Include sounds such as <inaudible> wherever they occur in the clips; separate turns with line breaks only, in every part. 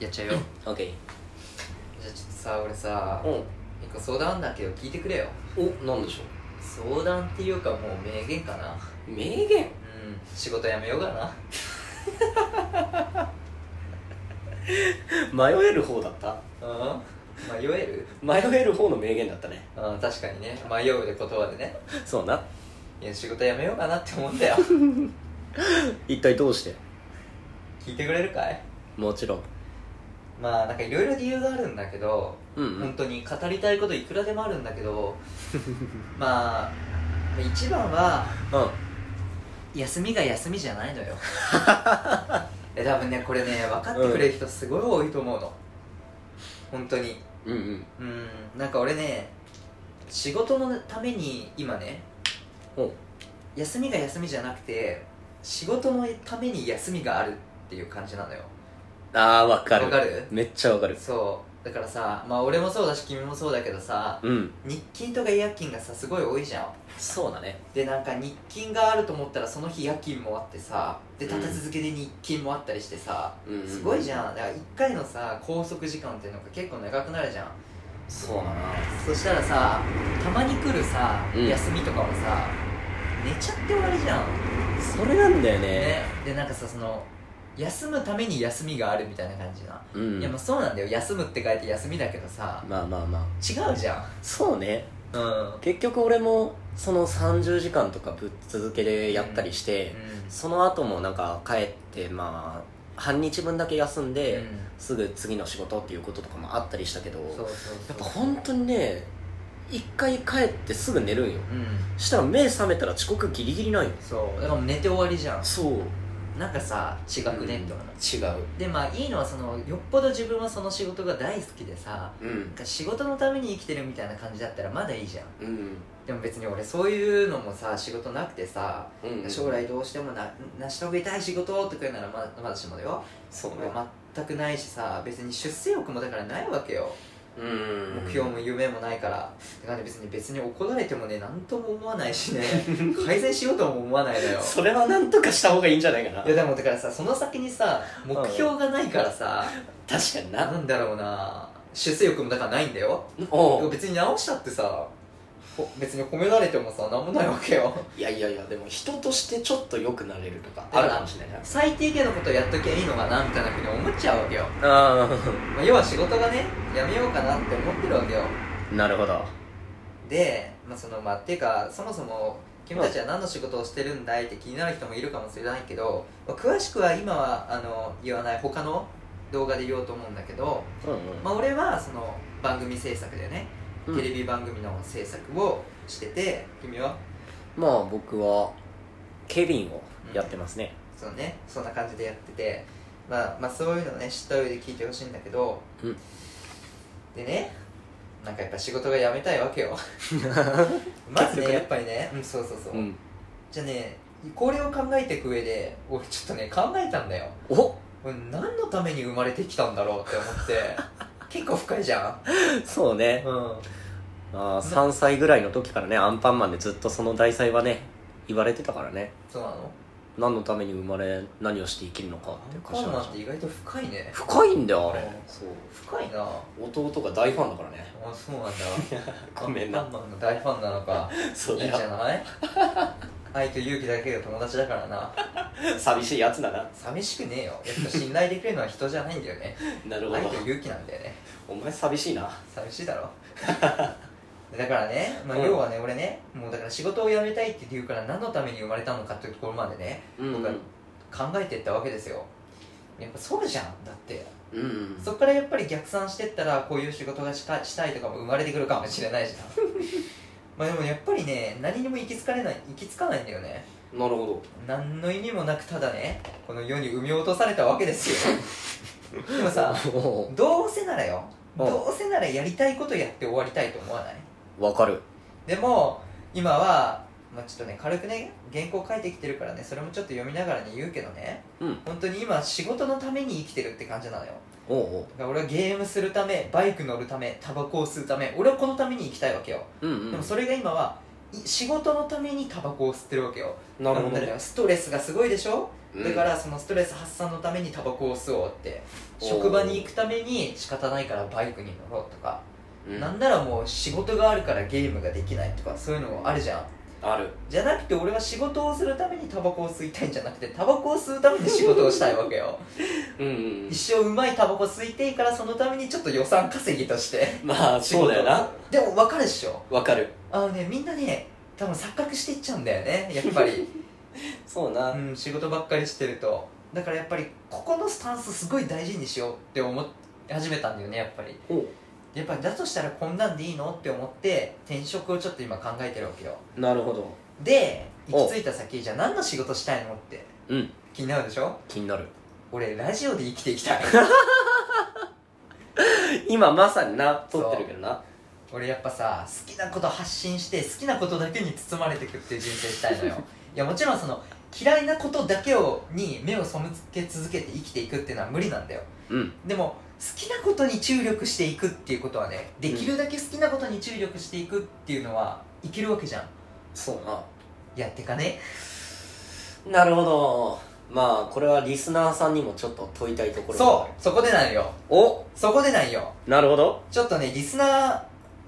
やっちゃうよじゃ
OK
あちょっとさ俺さ
う
一個相談あんだけど聞いてくれよ
んおなんでしょ
相談っていうかもう名言かな
う名言 <laughs>
うん仕事辞めようかな
迷える方だった
うん迷える
迷える方の名言だったね
うん確かにね迷うで言葉でね
そうない
や仕事辞めようかなって思うんだよ
一体どうして
聞いてくれるかい
もちろん
まあなんかいろいろ理由があるんだけど、
うん
本当に語りたいこといくらでもあるんだけどまあ一番は
うん
休みが休みじゃない
<laughs>
のよえ多分ねこれね分かってくれる人すごい多いと思うの、本当に
うんうん
うんなんか俺ね仕事のために今ね
うん
休みが休みじゃなくて仕事のために休みがあるっていう感じなのよ
ああわかる
わかる
めっちゃわかる
そうだからさまあ俺もそうだし君もそうだけどさ
うん
日勤とか夜勤がさすごい多いじゃん
そうだね
でなんか日勤があると思ったらその日夜勤もあってさで
うん
立て続けで日勤もあったりしてさ、
うんうん
すごいじゃんだから1回のさ拘束時間っていうのが結構長くなるじゃん
そうだな
そしたらさたまに来るさ、
うん
休みとかもさ寝ちゃって終わりじゃん
それなんだよね
ねでなんかさその休むために休みがあるみたいな感じな、
うん
いやまあそうなんだよ休むって書いて休みだけどさ
まあまあまあ
違うじゃん
そうね
うん、うん、
結局俺もその30時間とかぶっ続けでやったりして、その後もなんか帰ってまあ半日分だけ休んで、すぐ次の仕事っていうこととかもあったりしたけど
うん、そうそうそう
やっぱ本当にね一回帰ってすぐ寝るんよ
うん
したら目覚めたら遅刻ギリギリないよ
そうだからもう寝て終わりじゃん
そう
なんかさ違くねって思う、
違う
でまあいいのはそのよっぽど自分はその仕事が大好きでさ
うん
なんか仕事のために生きてるみたいな感じだったらまだいいじゃん
うん
でも別に俺そういうのもさ仕事なくてさ
うん
将来どうしてもな成し遂げたい仕事とかならままだしもだよ
そうね
俺全くないしさ別に出世欲もだからないわけよ
うん
目標も夢もないからだからね別に別に怒られてもね何とも思わないし
<laughs>
ね改善しようとも思わないだよ
それはなんとかした方がいいんじゃないかない
やでもだからさその先にさ目標がないからさ、
確かにな
なんだろうな出世欲もだからないんだよ
おう
別に直したってさほ別に褒められてもさ何もないわけよ
いやいやいやでも人としてちょっと良くなれるとかあるかもしれないな
<laughs> 最低限のことをやっときゃいいのかなみたいなふうに思っちゃうわけよ、
あ
まあ、要は仕事がねやめようかなって思ってるわけよ
あ <laughs> なるほど
で、まあ、そのまあっていうかそもそも君たちは何の仕事をしてるんだいって気になる人もいるかもしれないけど、まあ詳しくは今はあの言わない他の動画で言おうと思うんだけど、
うん
まあ、俺はその番組制作でね、
うん
テレビ番組の制作をしてて君は
まあ僕はケビンをやってますね
そのねそんな感じでやってて、まあ、まあそういうのね知った上で聞いてほしいんだけど、
うん
でねなんかやっぱ仕事が辞めたいわけ
<laughs>
よまずね
結局ね
やっぱりね、うん、そうそうそう、
うん
じゃあねこれを考えていく上で俺ちょっとね考えたんだよ
お
俺何のために生まれてきたんだろうって思って
<laughs>
結構深いじゃん
そうね
うん
あー3歳ぐらいの時からねアンパンマンでずっとその題材はね言われてたからね
そうなの
何のために生まれ何をして生きるのかっていう
アン
歌詞
パンマ
な
ン
ん
っ
で
て
し
意外と深いね
ょ深いんだよあれ
うん
そう
深いなあ
弟が大ファンだからね
そうなんだ
ごめんな
アンパンマンの大ファンなのかい
<laughs> そ
いんじゃない愛と勇気だけが友達だからな
寂しいやつだな
寂しくねえよやっぱ信頼できるのは人じゃないんだよね
なる
愛と勇気なんだよね
お前寂しいな
寂しいだろ <laughs> だからね、まあ、
うん
要はね、俺ねもうだから仕事を辞めたいって言うから何のために生まれたのかっていうところまでね
うん
僕は考えていったわけですよやっぱそうじゃんだって
うん
そこからやっぱり逆算してったらこういう仕事がしたしたいとかも生まれてくるかもしれないじゃんまあでもやっぱりね何にも行き着かれない行き着かないんだよね
なるほ
何の意味もなくただねこの世に産み落とされたわけです
<laughs>
よでもさ
ど
どうせならよ
うん
どうせならやりたいことやって終わりたいと思わない
わかる
でも今は、まあ、ちょっとね軽くね原稿書いてきてるからねそれもちょっと読みながらに言うけどね
うん
本当に今仕事のために生きてるって感じなのよ
おうお
だ
う
から俺はゲームするためバイク乗るためタバコを吸うため俺はこのために生きたいわけよ、
うん
でもそれが今はい仕事のためにタバコを吸ってるわけよ
なるほど
んだ
ね
よストレスがすごいでしょ
うん
だからそのストレス発散のためにタバコを吸おうって
おー
職場に行くために仕方ないからバイクに乗ろうとか、
うん
なんならもう仕事があるからゲームができないとかそういうのもあるじゃん
ある
じゃなくて俺は仕事をするためにタバコを吸いたいんじゃなくてタバコを吸うために仕事をしたいわけよ
うんうん
一生うまいタバコ吸いていからそのためにちょっと予算稼ぎとして
まあそうだよな
でも分かるっしょ
わかる
あのねみんなね多分錯覚していっちゃうんだよねやっぱ
<laughs>
り、
そうな、
うん、仕事ばっかりしてるとだからやっぱりここのスタンスすごい大事にしようって思っ始めたんだよねやっぱり
お
やっぱりだとしたらこんなんでいいのって思って転職をちょっと今考えてるわけよ
なるほど
で
お
行き着いた先じゃあ何の仕事したいのって
うん
気になるでしょ
気になる
俺ラジオで生きていきた
<laughs>
い
今まさにな撮ってるけどな
俺やっぱさ好きなこと発信して好きなことだけに包まれてくっていう人生したい
<laughs>
のよいやもちろんその嫌いなことだけをに目を背け続けて生きていくっていうのは無理なんだよ
うん
でも好きなことに注力していくっていうことはねできるだけ好きなことに注力していくっていうのはいけるわけじゃん
そうな
やってかね
なるほどまあこれはリスナーさんにもちょっと問いたいところ
そうそこでなんよ
うお
そこでなんよ
なるほど
ちょっとねリスナ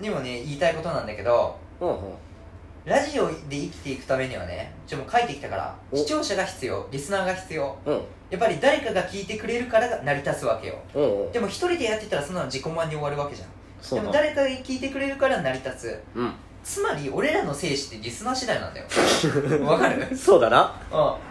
ーにもね言いたいことなんだけど
うんうん
ラジオで生きていくためにはねちょっともう書いてきたから
お
視聴者が必要リスナーが必要
うん
やっぱり誰かが聞いてくれるからが成り立つわけよ
うんうん
でも一人でやってたらそんなの自己満に終わるわけじゃん
そ
で
う
も
な
誰かが聞いてくれるから成り立
うん
つつまり俺らの生死ってリスナー次第なんだよわかるうん
<laughs> そうだな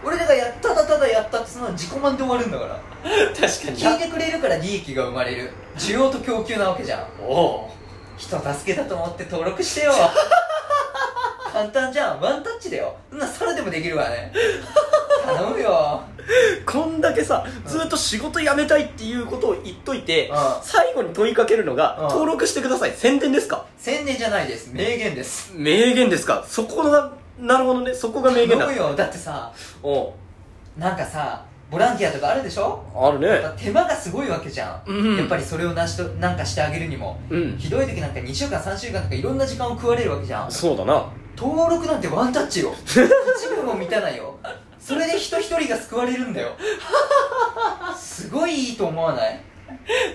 俺らがやっただただやったってそんなの自己満で終わるんだから
確か
聞いてくれるから利益が生まれる需要と供給なわけじゃん
おお
人助けだと思って登録
<laughs>
してよ簡単じゃんワンタッチだよそんな猿でもできるわ
<laughs>
ね頼むよ、
こんだけさずっと仕事辞めたいっていうことを言っといて、
うん、
最後に問いかけるのが、
うん
登録してください宣伝ですか
宣伝じゃないです名言です
名言ですかそこがなるほどねそこが名言だ
頼むよだってさ
おう
なんかさボランティアとかあるでしょ
ある
や
ね
っぱ手間がすごいわけじゃん、
うん
やっぱりそれをなしとなんかしてあげるにも
うん
ひどい時なんか2週間3週間とかいろんな時間を食われるわけじゃん
そうだな
登録なんてワンタッチよ一分も満たないよそれで人一人が救われるんだよすごいいいと思わない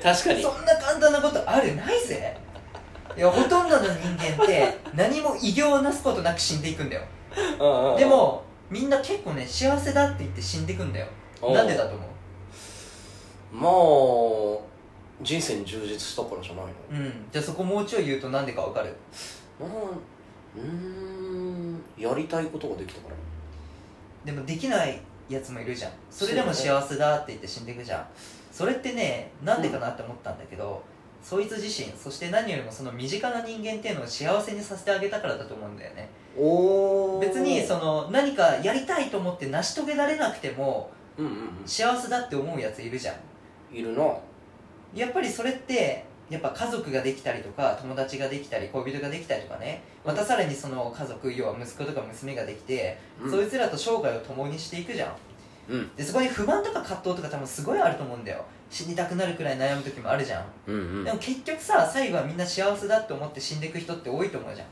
確か
そんな簡単なことあるないぜいやほとんどの人間って何も偉業をなすことなく死んでいくんだよでもみんな結構ね幸せだって言って死んでいくんだよなんでだと思う
まあ人生に充実したからじゃないの
うんじゃあそこもうちょい言うとなんでかわかる
まあうーんやりたいことができたから
でもできないやつもいるじゃんそれでも幸せだって言って死んでいくじゃんそれってねなんでかなって思ったんだけど、そいつ自身そして何よりもその身近な人間っていうのを幸せにさせてあげたからだと思うんだよね
おお
別にその何かやりたいと思って成し遂げられなくても
うんうん
幸せだって思うやついるじゃん
うんいるな
やっぱりそれってやっぱ家族ができたりとか友達ができたり恋人ができたりとかねまたさらにその家族要は息子とか娘ができて、
うん
そいつらと生涯を共にしていくじゃん
うん
でそこに不満とか葛藤とか多分すごいあると思うんだよ死にたくなるくらい悩む時もあるじゃん、
うん
でも結局さ最後はみんな幸せだって思って死んでいく人って多いと思うじゃ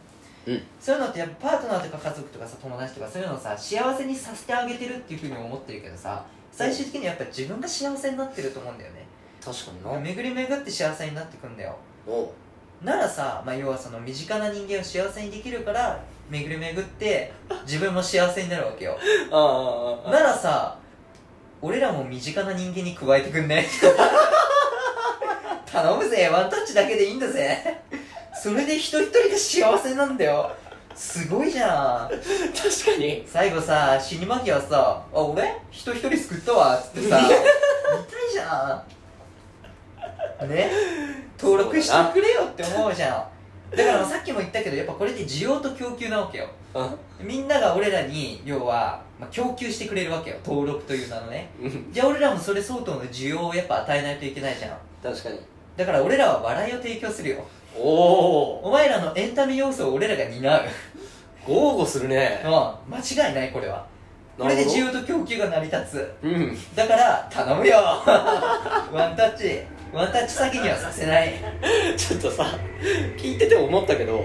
ん
うん
そういうのってやっぱパートナーとか家族とかさ友達とかそういうのをさ幸せにさせてあげてるっていうふうに思ってるけどさ最終的にはやっぱり自分が幸せになってると思うんだよね
確かにな
巡り巡って幸せになってくんだよ
おう
ならさ、まあ、要はその身近な人間を幸せにできるから巡り巡って自分も幸せになるわけよ
ああああ
ならさ俺らも身近な人間に加えてくんね <laughs> 頼むぜワンタッチだけでいいんだぜそれで一人一人が幸せなんだよすごいじゃん
確かに
最後さ死に間際さ「あ俺人一人救ったわ」っつってさ見たいじゃんね登録してくれよって思うじゃんだからさっきも言ったけどやっぱこれって需要と供給なわけよ
あ
みんなが俺らに要は、まあ、供給してくれるわけよ登録という名のね
うん
じゃあ俺らもそれ相当の需要をやっぱ与えないといけないじゃん
確かに
だから俺らは笑いを提供するよ
おお
お前らのエンタメ要素を俺らが担う <laughs>
豪語する
うん
ね
間違いないこれはこれで需要と供給が成り立つ
うん
だから頼むよ <laughs> ワンタッチワンタッチ詐欺にはさせない、
ちょっとさ聞いてて思ったけど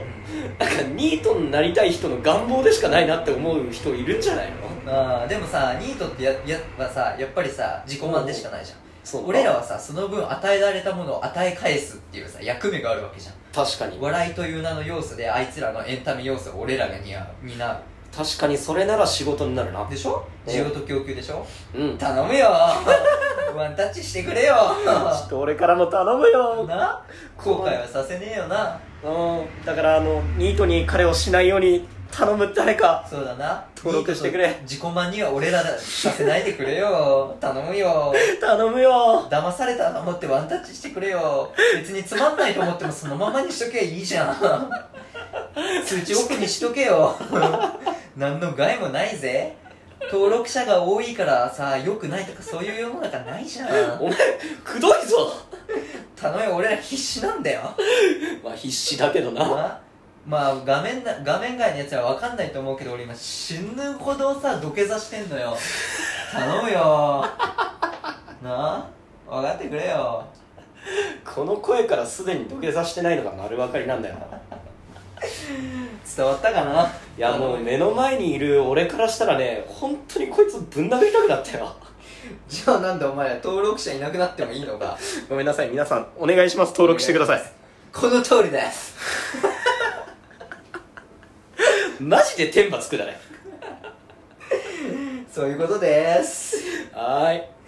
なんかニートになりたい人の願望でしかないなって思う人いるんじゃないの
まあでもさニートってややはさやっぱりさ自己満でしかないじゃん
そう
俺らはさその分与えられたものを与え返すっていうさ役目があるわけじゃん
確かに
笑いという名の要素であいつらのエンタメ要素を俺らが担う担
確かにそれなら仕事になるな
うでしょ
うん
需要と供給でしょ
うんちょ
頼むよワンタッチしてくれよ
<laughs> っと俺からも頼むよ
な後悔はさせねえよな
うんだからあのニートに彼をしないように頼む誰か
そうだな
登録してくれ
ニートと自己満には俺らださせないでくれよ頼むよ
頼むよ
騙されたと思ってワンタッチしてくれよ別につまんないと思ってもそのままにしとけばいいじ <laughs> ゃん通知オフにしとけよ何の害もないぜ登録者が多いからさ良くないとかそういう世の中ないじゃん
お前くどいぞ
頼むよ俺ら必死なんだよ
まあ必死だけどな
なまあ画面な画面外のやつは分かんないと思うけど俺今死ぬほどさ土下座してんのよ頼むよ <laughs> なあ分かってくれよ
この声からすでに土下座してないのが丸分かりなんだよ
伝わったかない
やもう目の前にいる俺からしたらね本当にこいつぶん殴りたくなったよ
じゃあなんでお前ら登録者いなくなってもいいのか
ごめんなさい皆さんお願いします登録してください
この通りです
マジで天罰くだね
そういうことです
はーい